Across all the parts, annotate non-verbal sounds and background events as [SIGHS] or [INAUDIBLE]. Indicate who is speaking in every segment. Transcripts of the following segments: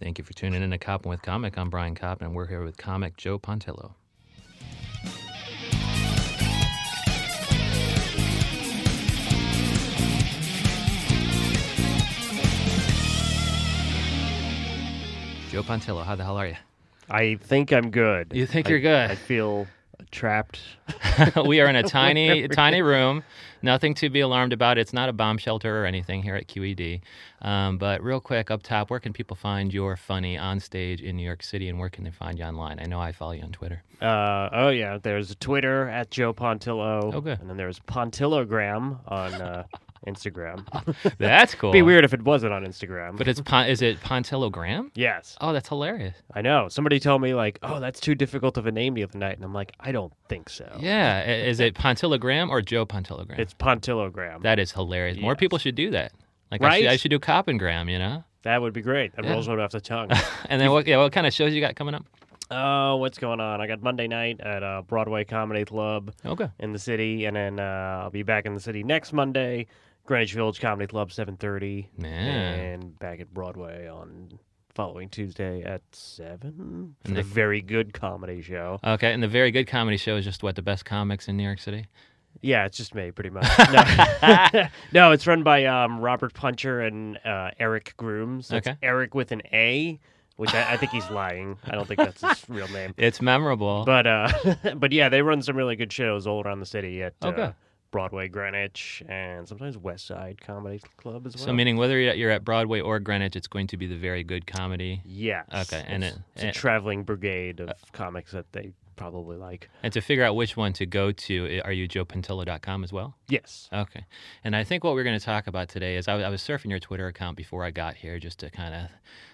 Speaker 1: Thank you for tuning in to Coppin with Comic. I'm Brian Coppin, and we're here with comic Joe Pontillo. Joe Pontillo, how the hell are you? [LAUGHS]
Speaker 2: I think I'm good.
Speaker 1: You think
Speaker 2: I-
Speaker 1: you're good.
Speaker 2: I feel trapped.
Speaker 1: we are in a tiny, tiny room. Nothing to be alarmed about. It's not a bomb shelter or anything here at QED. Um, but real quick, up top, where can people find your funny on stage in New York City, and where can they find you online? I know I follow you on Twitter.
Speaker 2: Uh, oh yeah, there's Twitter at Joe Pontillo.
Speaker 1: Oh, good.
Speaker 2: And then there's Pontillogram on uh, Instagram.
Speaker 1: That's [LAUGHS] cool.
Speaker 2: Be weird if it wasn't on Instagram.
Speaker 1: But it's pon- is it Pontillogram?
Speaker 2: yes,
Speaker 1: Oh, that's hilarious.
Speaker 2: I know. Somebody told me like, "Oh, that's too difficult of a name the other night," and I'm like, "I don't think so."
Speaker 1: Yeah, i- is it Pontillogram or Joe Pontillogram?
Speaker 2: It's Pontillogram. That,
Speaker 1: that is hilarious. More
Speaker 2: Yes.
Speaker 1: people should do that. Like I,
Speaker 2: Right?
Speaker 1: should, I should do Coppengram, you know.
Speaker 2: would be great. That
Speaker 1: Yeah.
Speaker 2: rolls right off
Speaker 1: [LAUGHS]
Speaker 2: the tongue.
Speaker 1: And then what? Yeah, what kind of shows you got coming up?
Speaker 2: oh, what's going on? I got Monday night at uh, Broadway Comedy Club.
Speaker 1: Okay.
Speaker 2: in the city, and then uh, I'll be back in the city next Monday, Greenwich Village Comedy Club, seven thirty,
Speaker 1: Yeah.
Speaker 2: and back at Broadway on following Tuesday at seven for
Speaker 1: And
Speaker 2: the
Speaker 1: then-
Speaker 2: very good comedy show.
Speaker 1: Okay, and the very good comedy show is just what the best comics in New York City.
Speaker 2: Yeah, it's just me, pretty much. No, [LAUGHS] No, it's run by um, Robert Puncher and uh, Eric Grooms. That's
Speaker 1: Okay.
Speaker 2: Eric with an A, which I, I think he's lying. I don't think that's his real name.
Speaker 1: It's memorable.
Speaker 2: But uh, [LAUGHS] but yeah, they run some really good shows all around the city at
Speaker 1: Okay.
Speaker 2: uh, Broadway, Greenwich, and sometimes West Side Comedy Club as well.
Speaker 1: so, meaning whether you're at- you're at Broadway or Greenwich, it's going to be the very good comedy.
Speaker 2: yes,
Speaker 1: Okay, and Uh,
Speaker 2: it's,
Speaker 1: it-
Speaker 2: it's a
Speaker 1: it-
Speaker 2: traveling brigade of comics that they probably like.
Speaker 1: And to figure out which one to go to, i- are you joepantillo.com as well?
Speaker 2: Yes,
Speaker 1: Okay. And I think what we're going to talk about today is I, was- I was surfing your Twitter account before I got here just to kind of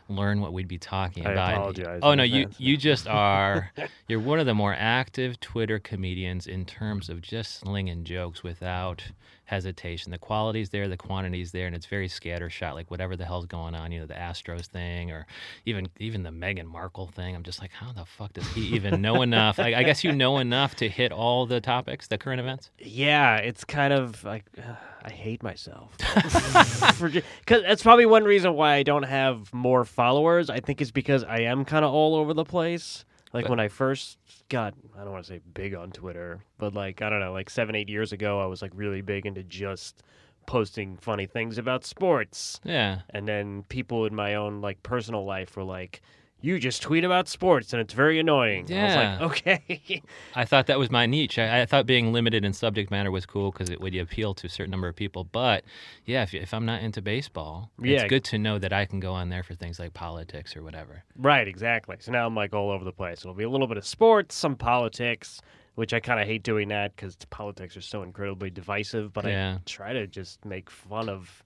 Speaker 1: learn what we'd be talking
Speaker 2: I
Speaker 1: about.
Speaker 2: apologize
Speaker 1: Oh
Speaker 2: in
Speaker 1: no, you
Speaker 2: advance.
Speaker 1: you
Speaker 2: [LAUGHS]
Speaker 1: just are you're one of the more active Twitter comedians in terms of just slinging jokes without hesitation. The quality's there, the quantity's there, and it's very scattershot. Like whatever the hell's going on, you know, the Astros thing, or even even the Meghan Markle thing. I'm just like, how the fuck does he even know enough? I, I guess you know enough to hit all the topics, the current events.
Speaker 2: yeah, it's kind of like [SIGHS] uh, I hate myself [LAUGHS] because that's probably one reason why I don't have more followers. I think it's because I am kind of all over the place. Like
Speaker 1: But-
Speaker 2: when I first got, I don't want to say big on Twitter, but like, I don't know, like seven, eight years ago, I was like really big into just posting funny things about sports.
Speaker 1: Yeah.
Speaker 2: And then people in my own like personal life were like, you just tweet about sports and it's very annoying. I was like, okay. [LAUGHS]
Speaker 1: I thought that was my niche. I, I thought being limited in subject matter was cool because it would appeal to a certain number of people. But yeah, if, if I'm not into baseball, it's
Speaker 2: Yeah.
Speaker 1: good to know that I can go on there for things like politics or whatever.
Speaker 2: right, exactly. So now I'm like all over the place. It'll be a little bit of sports, some politics, which I kind of hate doing that because politics are so incredibly divisive, but
Speaker 1: Yeah.
Speaker 2: I try to just make fun of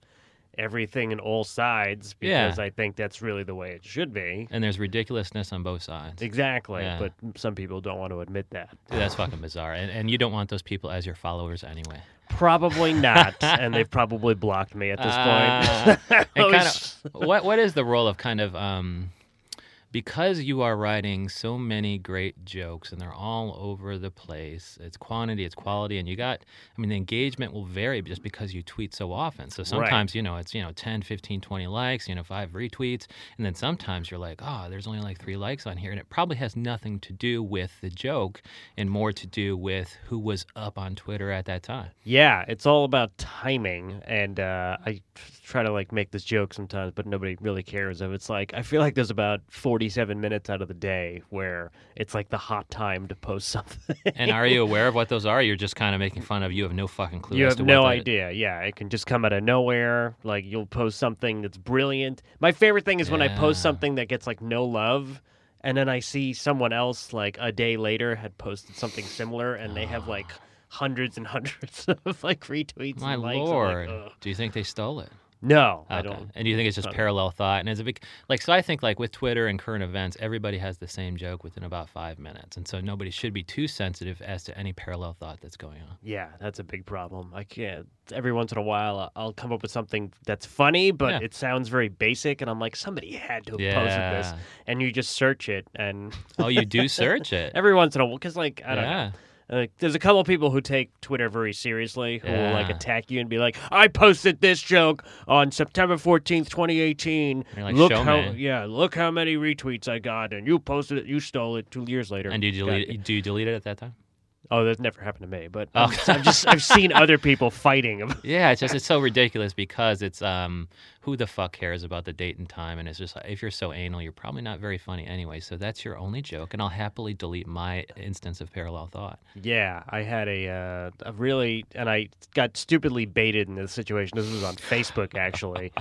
Speaker 2: everything and all sides
Speaker 1: Yeah.
Speaker 2: because I think that's really the way it should be.
Speaker 1: And there's ridiculousness on both sides.
Speaker 2: Exactly.
Speaker 1: Yeah.
Speaker 2: But some people don't want to admit that.
Speaker 1: Dude, that's fucking bizarre. And, and you don't want those people as your followers anyway. [LAUGHS]
Speaker 2: Probably not. and they've probably blocked me at this
Speaker 1: Ah.
Speaker 2: [LAUGHS] point.
Speaker 1: And
Speaker 2: Oh,
Speaker 1: kind
Speaker 2: sh-
Speaker 1: of, what what is the role of kind of um, because you are writing so many great jokes and they're all over the place. It's quantity, it's quality, and you got. I mean, the engagement will vary just because you tweet so often. So sometimes you know it's you know 10, 15, 20 likes, you know five retweets, and then sometimes you're like, oh, there's only like three likes on here, and it probably has nothing to do with the joke and more to do with who was up on Twitter at that time.
Speaker 2: Yeah, it's all about timing, and uh, I try to like make this joke sometimes, but nobody really cares. If it's like I feel like there's about 47 minutes out of the day where it's like the hot time to
Speaker 1: [LAUGHS]
Speaker 2: post [LAUGHS] something.
Speaker 1: And are you aware of what those are? You're just kind of making fun of. You have no fucking clue.
Speaker 2: you
Speaker 1: as
Speaker 2: have
Speaker 1: to what
Speaker 2: no
Speaker 1: that-
Speaker 2: idea. Yeah, it can just come out of nowhere. Like you'll post something that's brilliant. My favorite thing is when I
Speaker 1: Yeah.
Speaker 2: post something that gets like no love. And then I see someone else like a day later had posted something similar, and they
Speaker 1: [SIGHS]
Speaker 2: have like hundreds and hundreds [LAUGHS] of like retweets.
Speaker 1: My
Speaker 2: and likes. I'm like,
Speaker 1: lord,
Speaker 2: "Ugh."
Speaker 1: do you think they stole it?
Speaker 2: no, I
Speaker 1: Okay.
Speaker 2: don't.
Speaker 1: And do you think it's just parallel thought? And is it bec- like so? I think like with Twitter and current events, everybody has the same joke within about five minutes, and so nobody should be too sensitive as to any parallel thought that's going on.
Speaker 2: Yeah, that's a big problem. I can't. Every once in a while, I- I'll come up with something that's funny, but
Speaker 1: Yeah.
Speaker 2: it sounds very basic, and I'm like, somebody had to have posted
Speaker 1: Yeah.
Speaker 2: this, and you just search it, and
Speaker 1: Oh, you do search it. [LAUGHS]
Speaker 2: every once in a while, because like I don't know,
Speaker 1: yeah.
Speaker 2: Like, there's a couple people who take Twitter very seriously who will like
Speaker 1: Yeah.
Speaker 2: attack you and be like, "I posted this joke on September 14th, 2018.
Speaker 1: You're like,
Speaker 2: look
Speaker 1: "Show
Speaker 2: how
Speaker 1: me."
Speaker 2: yeah, look how many retweets I got, and you posted it, you stole it two years later."
Speaker 1: And do you
Speaker 2: God-
Speaker 1: delete it? Do you delete it at that time?
Speaker 2: Oh, that never happened to me, but
Speaker 1: Oh.
Speaker 2: I'm just- I've just I've seen other people fighting. about-
Speaker 1: Yeah, it's just it's [LAUGHS] so ridiculous because it's um who the fuck cares about the date and time and it's just if you're so anal you're probably not very funny anyway so that's your only joke and I'll happily delete my instance of parallel thought.
Speaker 2: [LAUGHS] Yeah, I had a uh, a really and I got stupidly baited in this situation. This was on Facebook [LAUGHS] actually.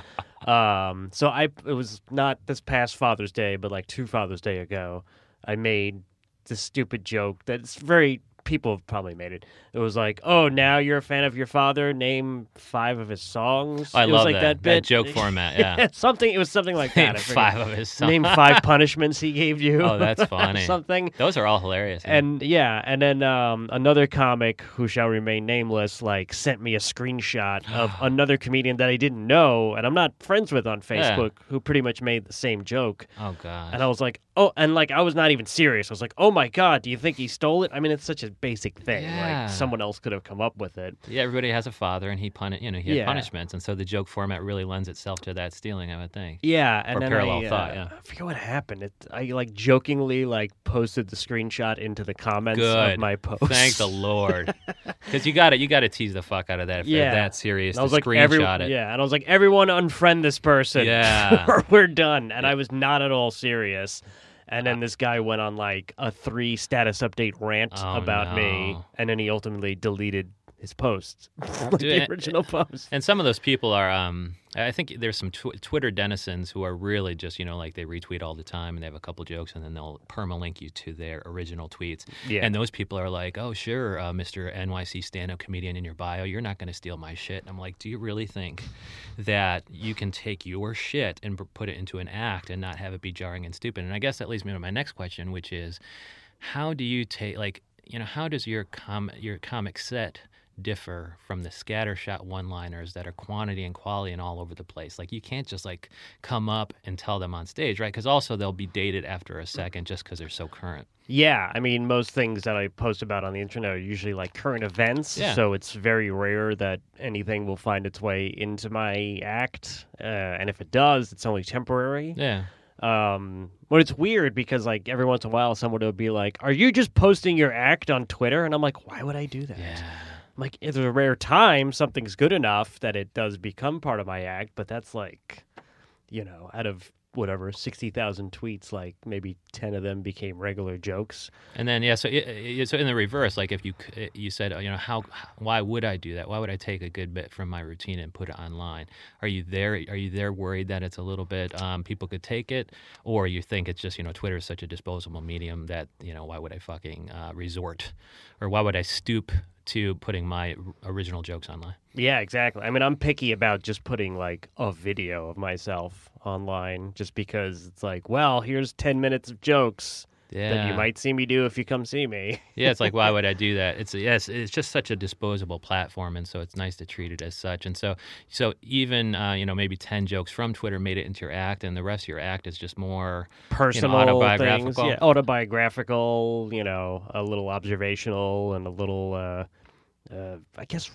Speaker 2: um, so I it was not this past Father's Day, but like two Father's Day ago, I made this stupid joke that's very people have probably made it. It was like, "Oh, now you're a fan of your father. Name five of his songs."
Speaker 1: I
Speaker 2: it
Speaker 1: love
Speaker 2: was
Speaker 1: that,
Speaker 2: like that, bit.
Speaker 1: joke
Speaker 2: [LAUGHS]
Speaker 1: format. [LAUGHS] Yeah,
Speaker 2: something. It was something like that. I forget.
Speaker 1: five of his songs.
Speaker 2: Name five punishments he gave you. [LAUGHS]
Speaker 1: Oh, that's funny.
Speaker 2: something.
Speaker 1: Those are all hilarious. yeah.
Speaker 2: And yeah, and then um, another comic who shall remain nameless like sent me
Speaker 1: [GASPS]
Speaker 2: a screenshot of another comedian that I didn't know and I'm not friends with on
Speaker 1: Yeah.
Speaker 2: Facebook who pretty much made the same joke.
Speaker 1: oh god.
Speaker 2: And I was like, oh, and like I was not even serious. I was like, oh my god, do you think he stole it? I mean, it's such a basic thing.
Speaker 1: Yeah.
Speaker 2: Like someone else could have come up with it.
Speaker 1: Yeah, everybody has a father, and he pun- you know he had
Speaker 2: Yeah.
Speaker 1: punishments, and so the joke format really lends itself to that stealing. I would think.
Speaker 2: [LAUGHS] Yeah, and
Speaker 1: Or
Speaker 2: then
Speaker 1: parallel
Speaker 2: I,
Speaker 1: thought,
Speaker 2: uh,
Speaker 1: yeah.
Speaker 2: I forget what happened. It, I like jokingly like posted the screenshot into the comments
Speaker 1: Good.
Speaker 2: of my post.
Speaker 1: Thank the
Speaker 2: [LAUGHS]
Speaker 1: Lord, because you got to You got to tease the fuck out of that if
Speaker 2: Yeah.
Speaker 1: they're that serious.
Speaker 2: And I was
Speaker 1: to
Speaker 2: like,
Speaker 1: screenshot
Speaker 2: every,
Speaker 1: it.
Speaker 2: yeah, and I was like, everyone unfriend this person.
Speaker 1: Yeah.
Speaker 2: or [LAUGHS] we're done. And I was not at all serious. And
Speaker 1: Ah.
Speaker 2: then this guy went on like a three status update rant
Speaker 1: Oh,
Speaker 2: about me,
Speaker 1: no.
Speaker 2: and then he ultimately deleted his [LAUGHS] post, like
Speaker 1: Dude,
Speaker 2: the
Speaker 1: and-
Speaker 2: original post.
Speaker 1: And some of those people are, um, I think there's some tw- Twitter denizens who are really just, you know, like they retweet all the time and they have a couple jokes and then they'll permalink you to their original tweets.
Speaker 2: Yeah.
Speaker 1: And those people are like, oh, sure, uh, Mr. NYC stand up comedian in your bio, you're not going to steal my shit. And I'm like, do you really think that you can take your shit and p- put it into an act and not have it be jarring and stupid? And I guess that leads me to my next question, which is how do you take, like, you know, how does your com- your comic set differ from the scattershot one-liners that are quantity and quality and all over the place? Like you can't just like come up and tell them on stage, right? Because also they'll be dated after a second just because they're so current.
Speaker 2: Yeah, I mean, most things that I post about on the internet are usually like current events,
Speaker 1: Yeah.
Speaker 2: so it's very rare that anything will find its way into my act. Uh, and if it does, it's only temporary.
Speaker 1: Yeah.
Speaker 2: Um, but it's weird because like every once in a while, someone would be like, "Are you just posting your act on Twitter?" And I'm like, "Why would I do that?"
Speaker 1: Yeah.
Speaker 2: I'm like, it's a rare time something's good enough that it does become part of my act, but that's like, you know, out of whatever sixty thousand tweets, like maybe ten of them became regular jokes.
Speaker 1: And then yeah, so it, it, so in the reverse, like if you c- you said, oh, you know, how why would I do that? Why would I take a good bit from my routine and put it online? Are you there? Are you there worried that it's a little bit um, people could take it, or you think it's just you know Twitter is such a disposable medium that you know why would I fucking uh, resort, or why would I stoop to putting my r- original jokes online?
Speaker 2: Yeah, exactly. I mean, I'm picky about just putting like a video of myself online, just because it's like, well, here's ten minutes of jokes
Speaker 1: Yeah,
Speaker 2: that you might see me do if you come see me.
Speaker 1: yeah, it's like why would I do that? It's yes, it's just such a disposable platform, and so it's nice to treat it as such. And so, so even uh, you know maybe ten jokes from Twitter made it into your act, and the rest of your act is just more.
Speaker 2: personal things,
Speaker 1: autobiographical.
Speaker 2: yeah, autobiographical. You know, a little observational and a little. Uh, uh, I guess,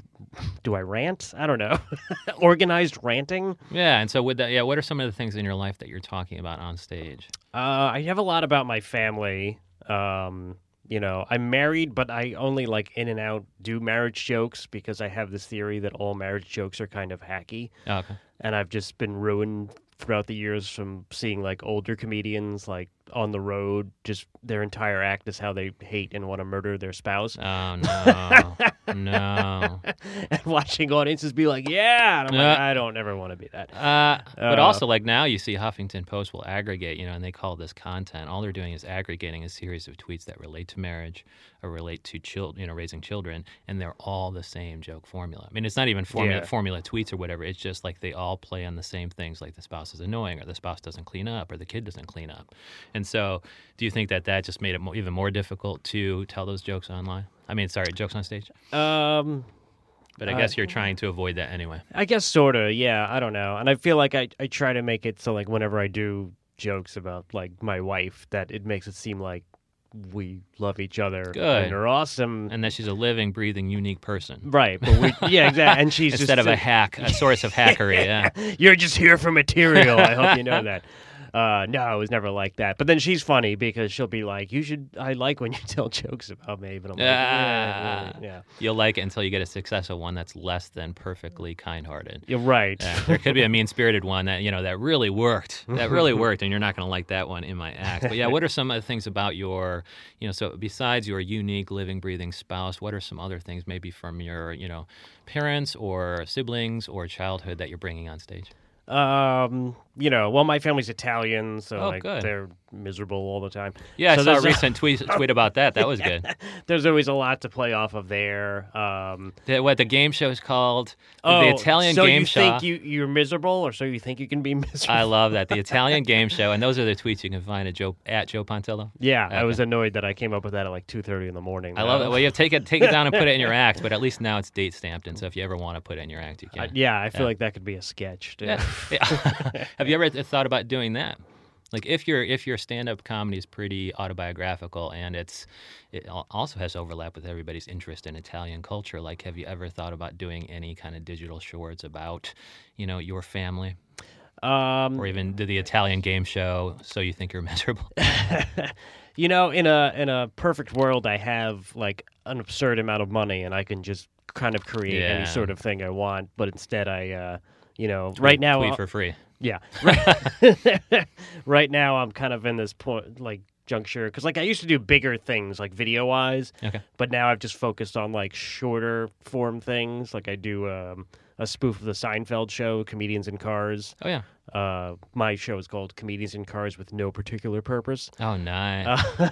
Speaker 2: do I rant? I don't know. [LAUGHS] Organized ranting.
Speaker 1: Yeah, and so with that, yeah, what are some of the things in your life that you're talking about on stage?
Speaker 2: Uh, I have a lot about my family. Um, you know, I'm married, but I only like in and out do marriage jokes because I have this theory that all marriage jokes are kind of hacky.
Speaker 1: Oh, okay.
Speaker 2: and I've just been ruined throughout the years from seeing like older comedians like on the road just their entire act is how they hate and want to murder their spouse [LAUGHS]
Speaker 1: Oh no, no.
Speaker 2: and watching audiences be like yeah and I'm like,
Speaker 1: Uh.
Speaker 2: I don't ever want to be that
Speaker 1: Uh, but
Speaker 2: Uh,
Speaker 1: also, like now, you see Huffington Post will aggregate, you know, and they call this content. All they're doing is aggregating a series of tweets that relate to marriage or relate to children, you know, raising children, and they're all the same joke formula. I mean, it's not even formula
Speaker 2: Yeah.
Speaker 1: formula tweets or whatever. It's just like they all play on the same things, like the spouse is annoying, or the spouse doesn't clean up, or the kid doesn't clean up. And so, do you think that that just made it mo- even more difficult to tell those jokes online? I mean, sorry, jokes on stage.
Speaker 2: um
Speaker 1: But I
Speaker 2: Uh,
Speaker 1: guess you're trying to avoid that anyway.
Speaker 2: I guess sort of, yeah. I don't know. And I feel like I, I try to make it so, like, whenever I do jokes about, like, my wife, that it makes it seem like we love each other
Speaker 1: Good.
Speaker 2: and are awesome.
Speaker 1: and that she's a living, breathing, unique person
Speaker 2: right, but we yeah, exactly. And she's
Speaker 1: [LAUGHS] instead
Speaker 2: just
Speaker 1: of a hack, a source
Speaker 2: [LAUGHS]
Speaker 1: of hackery. Yeah,
Speaker 2: You're just here for material. I hope you know that. [LAUGHS] Uh, no, it was never like that. But then she's funny because she'll be like, "You should. I like when you [LAUGHS] tell jokes about me." But I'm like, "Yeah,
Speaker 1: Ah.
Speaker 2: yeah, yeah.
Speaker 1: you'll like it until you get a successful one that's less than perfectly kind-hearted.
Speaker 2: [LAUGHS] You're right.
Speaker 1: Yeah, there could be a mean-spirited one that you know that really worked. That
Speaker 2: [LAUGHS]
Speaker 1: really worked, and you're not going to like that one in my act. But yeah, what are some other things about your, you know, so besides your unique living, breathing spouse, what are some other things maybe from your, you know, parents or siblings or childhood that you're bringing on stage?
Speaker 2: Um, you know, well, my family's Italian, so
Speaker 1: Oh,
Speaker 2: like
Speaker 1: good.
Speaker 2: they're miserable all the time.
Speaker 1: Yeah,
Speaker 2: so
Speaker 1: I saw a
Speaker 2: there's-
Speaker 1: recent tweet tweet about that. That was good.
Speaker 2: [LAUGHS] There's always a lot to play off of there. Um,
Speaker 1: The, what the game show is called?
Speaker 2: oh,
Speaker 1: the Italian
Speaker 2: so
Speaker 1: game
Speaker 2: you
Speaker 1: show.
Speaker 2: think you you're miserable, or so you think you can be [LAUGHS] miserable?
Speaker 1: I love that the Italian game show, and those are the tweets you can find at Joe at Joe Pontello.
Speaker 2: yeah, I was annoyed that I came up with that at like two thirty in the morning.
Speaker 1: I love
Speaker 2: Uh,
Speaker 1: it. Well, you have to take it, take it down and put it in your act, but at least now it's date stamped, and so if you ever want to put it in your act, you can.
Speaker 2: I- yeah, I feel like that could be a sketch. dude.
Speaker 1: Yeah. [LAUGHS] Yeah. have you ever th- thought about doing that? Like if your if your stand up comedy is pretty autobiographical and it's it al- also has overlap with everybody's interest in Italian culture. Like, have you ever thought about doing any kind of digital shorts about, you know, your family
Speaker 2: Um,
Speaker 1: or even the, the Italian game show? So you think you're [LAUGHS] miserable?
Speaker 2: you know, in a in a perfect world, I have like an absurd amount of money, and I can just kind of create
Speaker 1: Yeah.
Speaker 2: any sort of thing I want. But instead, I, uh, you know, right now, uh,
Speaker 1: tweet
Speaker 2: I'll-
Speaker 1: for free.
Speaker 2: Yeah. Right, [LAUGHS] right now, I'm kind of in this point, like juncture, because like I used to do bigger things, like video wise,
Speaker 1: Okay.
Speaker 2: but now I've just focused on like shorter form things. Like I do um, a spoof of the Seinfeld show, Comedians in Cars.
Speaker 1: Oh yeah.
Speaker 2: Uh, my show is called Comedians in Cars with No Particular Purpose.
Speaker 1: Oh nice.
Speaker 2: Uh,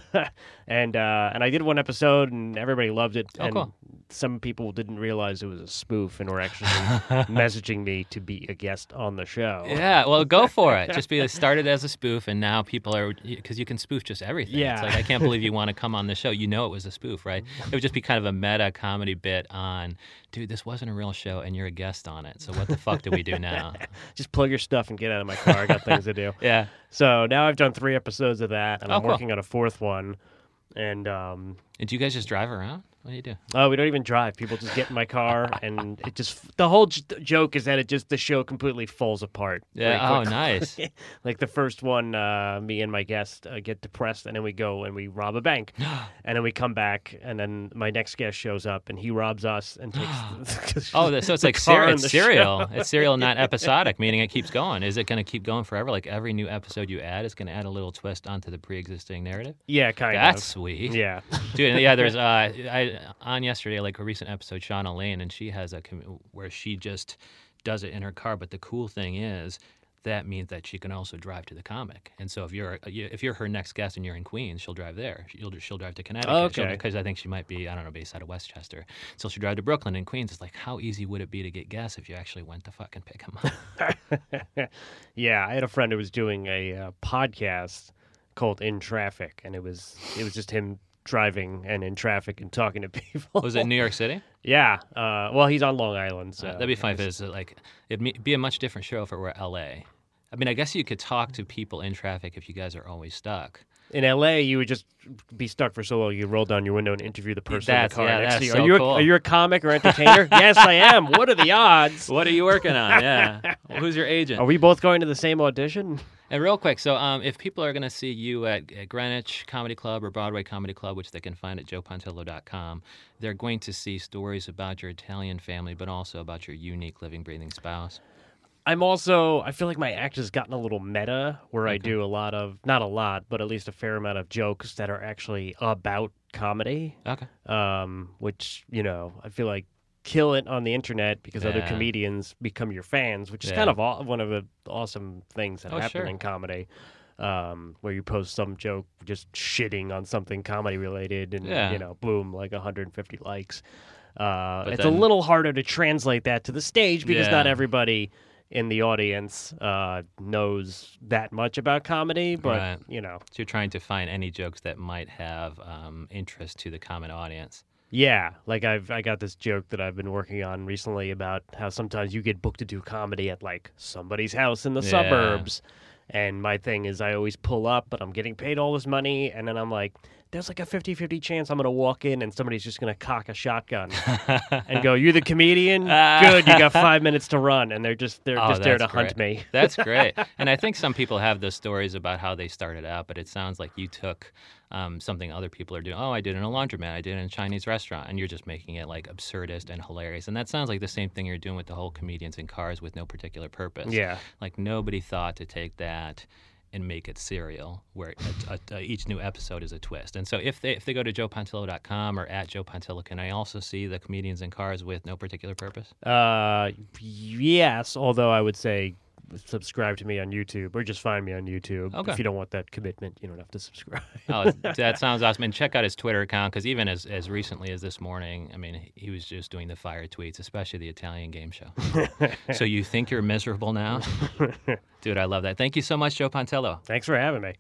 Speaker 2: [LAUGHS] and uh, and I did one episode and everybody loved it.
Speaker 1: Oh,
Speaker 2: and
Speaker 1: cool.
Speaker 2: some people didn't realize it was a spoof and were
Speaker 1: [LAUGHS]
Speaker 2: actually messaging me to be a guest on the show.
Speaker 1: [LAUGHS] Yeah, well, go for it. Just be it started as a spoof, and now people are because you can spoof just everything.
Speaker 2: Yeah.
Speaker 1: it's like I can't believe
Speaker 2: [LAUGHS]
Speaker 1: you want to come on the show. You know it was a spoof, right? It would just be kind of a meta comedy bit on, dude, this wasn't a real show, and you're a guest on it. So what the fuck do we do
Speaker 2: [LAUGHS]
Speaker 1: now?
Speaker 2: just plug your stuff and get out of my car. I got things
Speaker 1: [LAUGHS]
Speaker 2: to do.
Speaker 1: Yeah,
Speaker 2: So now I've done three episodes of that, and
Speaker 1: Oh,
Speaker 2: I'm
Speaker 1: cool.
Speaker 2: working on a fourth one. And um,
Speaker 1: and do you guys just drive around? What do you do?
Speaker 2: oh, we don't even drive. People just get in my car, and it just the whole j- joke is that it just the show completely falls apart.
Speaker 1: Yeah.
Speaker 2: pretty
Speaker 1: oh,
Speaker 2: quick. [LAUGHS]
Speaker 1: nice.
Speaker 2: Like the first one, uh, me and my guest uh, get depressed, and then we go and we rob
Speaker 1: [GASPS]
Speaker 2: a bank, and then we come back, and then my next guest shows up, and he robs us
Speaker 1: [GASPS]
Speaker 2: and [LAUGHS] takes.
Speaker 1: Oh, th- so it's like ser-
Speaker 2: car in
Speaker 1: it's
Speaker 2: the
Speaker 1: serial. It's serial,
Speaker 2: [LAUGHS]
Speaker 1: not episodic, meaning it keeps going. Is it going to keep going forever? Like every new episode you add is going to add a little twist onto the pre-existing narrative.
Speaker 2: yeah, kind
Speaker 1: That's [LAUGHS]
Speaker 2: of.
Speaker 1: sweet.
Speaker 2: Yeah.
Speaker 1: Dude, and yeah, there's uh, I on yesterday like a recent episode, Shauna Lane, and she has a com- where she just does it in her car. But the cool thing is that means that she can also drive to the comic. And so if you're uh, if you're her next guest and you're in Queens, she'll drive there. She'll she'll drive to Connecticut.
Speaker 2: Okay.
Speaker 1: because I think she might be I don't know based out of Westchester. So she'll drive to Brooklyn and Queens. It's like how easy would it be to get guests if you actually went to fucking pick them up? [LAUGHS]
Speaker 2: Yeah, I had a friend who was doing a uh, podcast called "In Traffic," and it was it was just him driving and in traffic and talking to [LAUGHS] people.
Speaker 1: Was it New York City?
Speaker 2: yeah. Uh, well, he's on Long Island, so
Speaker 1: Uh, that'd be fine if it's uh, like it'd me- be a much different show if it were L.A. I mean, I guess you could talk to people in traffic if you guys are always stuck.
Speaker 2: in L.A. You would just be stuck for so long. You roll down your window and interview the person
Speaker 1: That's-
Speaker 2: in the car
Speaker 1: yeah,
Speaker 2: next
Speaker 1: that's
Speaker 2: to you.
Speaker 1: so
Speaker 2: are you
Speaker 1: cool.
Speaker 2: a, are you a comic or [LAUGHS] entertainer? yes, I am. What are the odds?
Speaker 1: What are you working [LAUGHS] on? Yeah, who's your agent?
Speaker 2: Are we both going to the same audition?
Speaker 1: Oh. And real quick, so um, if people are going to see you at, at Greenwich Comedy Club or Broadway Comedy Club, which they can find at joepontello.com, they're going to see stories about your Italian family, but also about your unique living, breathing spouse.
Speaker 2: I'm also I feel like my act has gotten a little meta where I do a lot of not a lot, but at least a fair amount of jokes that are actually about comedy.
Speaker 1: Okay.
Speaker 2: Um, which, you know, I feel like kill it on the internet because other
Speaker 1: Yeah.
Speaker 2: comedians become your fans, which is
Speaker 1: Yeah.
Speaker 2: kind of aw- one of the awesome things that
Speaker 1: Oh,
Speaker 2: happen
Speaker 1: sure.
Speaker 2: in comedy. Um, where you post some joke just shitting on something comedy related and
Speaker 1: Yeah.
Speaker 2: you know, boom, like 150 likes. Uh,
Speaker 1: But
Speaker 2: it's a
Speaker 1: then-
Speaker 2: little harder to translate that to the stage because not
Speaker 1: Yeah.
Speaker 2: everybody in the audience uh, knows that much about comedy. But
Speaker 1: Right.
Speaker 2: you know,
Speaker 1: So you're trying to find any jokes that might have um, interest to the common audience.
Speaker 2: yeah, like I've I got this joke that I've been working on recently about how sometimes you get booked to do comedy at like somebody's house in the
Speaker 1: Yeah.
Speaker 2: suburbs, and my thing is I always pull up, but I'm getting paid all this money, and then I'm like. there's like a 50-50 chance I'm going to walk in and somebody's just going to cock a
Speaker 1: [LAUGHS]
Speaker 2: shotgun and go, "You're the comedian? Good, you got 5 minutes to run." And they're just they're
Speaker 1: Ah. Oh,
Speaker 2: just there to
Speaker 1: that's
Speaker 2: hunt me.
Speaker 1: That's great. And I think some people have those stories about how they started out, but it sounds like you took um, something other people are doing. Oh, I did it in a laundromat. I did it in a Chinese restaurant. And you're just making it like absurdist and hilarious. And that sounds like the same thing you're doing with the whole comedians in cars with no particular purpose.
Speaker 2: Yeah.
Speaker 1: Like nobody thought to take that and make it serial, where a, a, a, each new episode is a twist. And so if they if they go to joepontillo.com or at joepontillo, can I also see the comedians in cars with no particular purpose?
Speaker 2: Uh, yes. Although I would say subscribe to me on YouTube or just find me on YouTube.
Speaker 1: Okay.
Speaker 2: If you don't want that commitment, you don't have to subscribe.
Speaker 1: oh, that sounds awesome. And check out his Twitter account because even as, as recently as this morning, I mean, he was just doing the fire tweets, especially the Italian game show. so you think you're miserable now? Dude, I love that. Thank you so much, Joe Pontello.
Speaker 2: [LAUGHS] Thanks for having me.